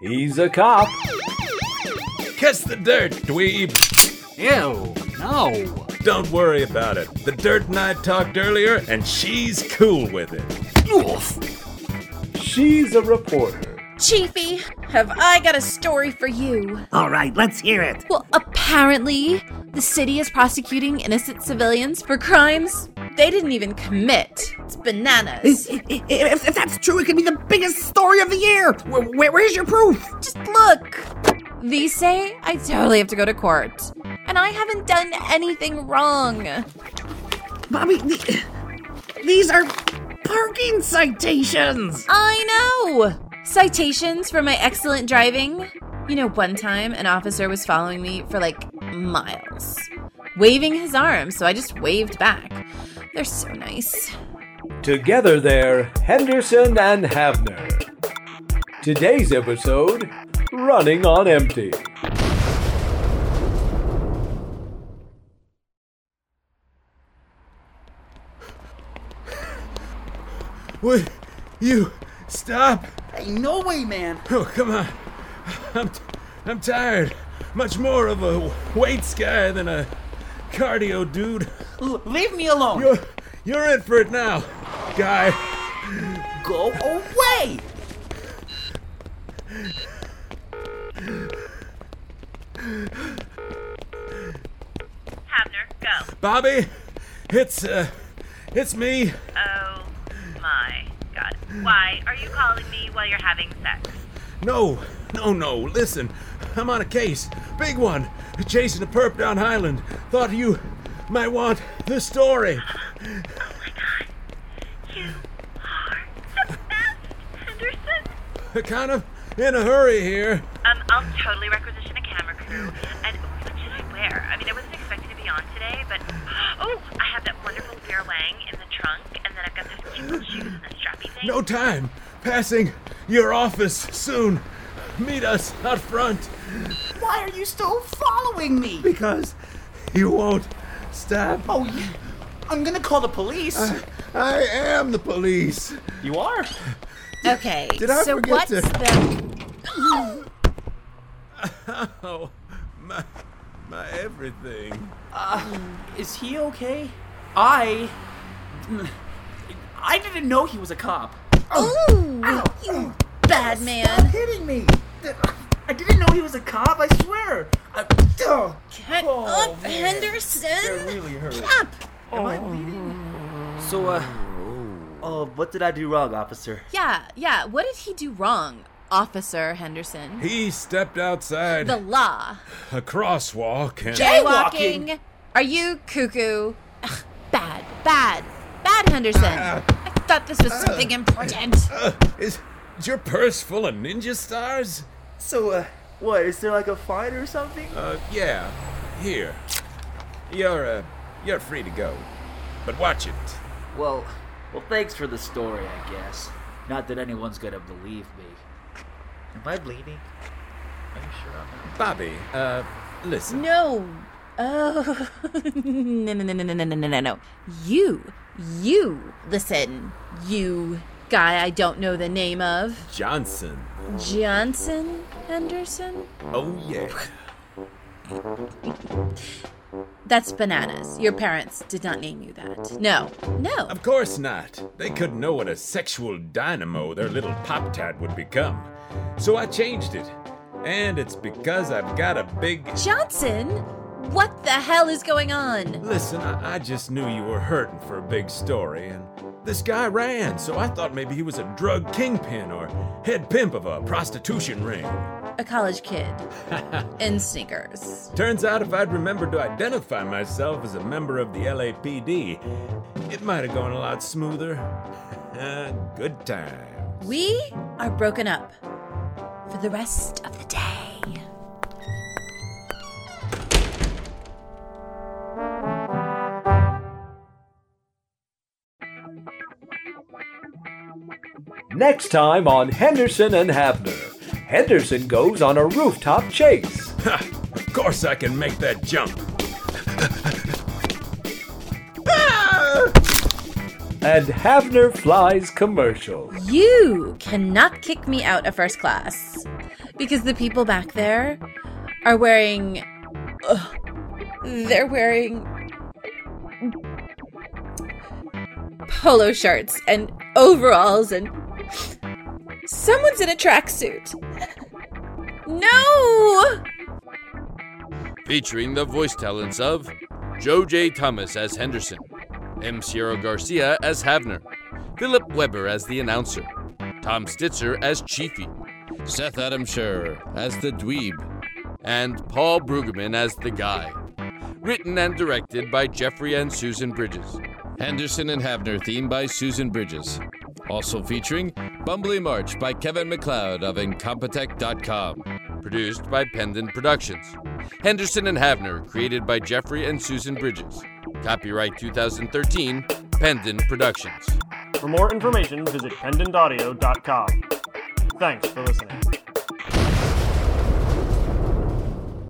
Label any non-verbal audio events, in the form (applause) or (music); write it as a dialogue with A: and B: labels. A: He's a cop.
B: Kiss the dirt, dweeb.
C: Ew, no.
B: Don't worry about it. The dirt and I talked earlier, and she's cool with it.
C: Oof.
A: She's a reporter.
D: Chiefy, have I got a story for you?
E: All right, let's hear it.
D: Well, apparently, the city is prosecuting innocent civilians for crimes they didn't even commit. It's bananas.
E: If, if- if that's true, it could be the biggest story of the year. Where, where- where's your proof?
D: Just look. These say I totally have to go to court. And I haven't done anything wrong.
E: Bobby, the, these are parking citations.
D: I know! Citations for my excellent driving. You know, one time an officer was following me for like miles, waving his arm, so I just waved back. They're so nice.
A: Together they're Henderson and Havner. Today's episode Running on Empty.
B: Would you stop?
F: Hey, no way, man.
B: Oh, come on. I'm, t- I'm tired. Much more of a weight guy than a cardio dude.
F: L- leave me alone.
B: You're, you're in for it now, guy.
F: Go away.
G: Havner, go.
B: Bobby, it's, uh, it's me.
G: Oh my god. Why are you calling me while you're having sex?
B: No, no, no. Listen, I'm on a case. Big one. Chasing a perp down Highland. Thought you might want the story.
G: Oh You are the best, Henderson.
B: Uh, Kind of in a hurry here.
G: Um, I'll totally requisition a camera crew. And what should I wear? I mean, I wasn't expecting to be on today, but (gasps) oh, I have that wonderful Vera Wang in the trunk, and then I've got those cute little shoes and that strappy thing.
B: No time. Passing your office soon. Meet us out front
F: Why are you still following me?
B: because you won't stop.
F: Oh, y- I'm gonna call the police.
E: Uh.
B: I am the police.
F: you are?
D: Okay,
B: Did I
D: so
B: forget
D: what's
B: to-
D: the.
B: Oh, my, my everything.
F: Is he okay? I. I didn't know he was a cop.
B: Oh.
D: Ooh! You bad man!
F: Hitting me. I didn't know he was a cop. I swear. I, oh,
D: Cut
F: Oh,
D: up,
F: man. that
D: Henderson!
F: really hurt.
D: Up!
F: Am I bleeding? So, uh, uh, what did I do wrong, officer?
D: Yeah, yeah, what did he do wrong, Officer Henderson?
B: He stepped outside
D: The law.
B: a crosswalk and
F: Jaywalking.
D: Jaywalking. Are you cuckoo? Ugh, bad, bad, bad, Henderson. I thought this was something important.
B: Uh, is, is your purse full of ninja stars?
F: So, uh, what? Is there like a fine or something?
B: Uh, yeah. Here. You're, uh, you're free to go. But watch it.
F: Well, well, thanks for the story, I guess. Not that anyone's gonna believe me. Am I bleeding? Are you sure I'm not?
B: Bobby, uh, listen.
D: No. Oh. (laughs) no, no, no, no, no, no, no, no, no, no. You, you, listen, you guy I don't know the name of,
B: Johnson.
D: Johnson Henderson?
B: Oh, yeah.
D: That's bananas. Your parents did not name you that. No, no.
B: Of course not. They couldn't know what a sexual dynamo their little Pop Tart would become. So I changed it. And it's because I've got a big.
D: Johnson? What the hell is going on?
B: Listen, I, I just knew you were hurting for a big story, and this guy ran, so I thought maybe he was a drug kingpin or head pimp of a prostitution ring.
D: A college (laughs) kid. in sneakers.
B: Turns out if I'd remembered to identify myself as a member of the LAPD, it might have gone a lot smoother. (laughs) Good times.
D: We are broken up for the rest of the day.
A: Next time on Henderson and Havner, Henderson goes on a rooftop chase.
B: Ha! Of course I can make that jump. Ah!
A: (laughs) and Havner Flies commercials.
D: You cannot kick me out of first class because the people back there are wearing. Ugh. they're wearing. polo shirts and overalls and. Someone's in a tracksuit. No!
H: featuring the voice talents of Joe J. Thomas as Henderson, M. Sierra Garcia as Havner, Philip Weber as the announcer, Tom Stitzer as Chiefy, Seth Adamshire as the Dweeb, and Paul Brueggemann as the Guy. Written and directed by Jeffrey and Susan Bridges. Henderson and Havner theme by Susan Bridges. Also featuring Bumbly March by Kevin McLeod of Incompetech.com. Produced by Pendant Productions. Henderson and Havner, created by Jeffrey and Susan Bridges. Copyright 2013, Pendant Productions.
I: For more information, visit pendantaudio.com. Thanks for listening.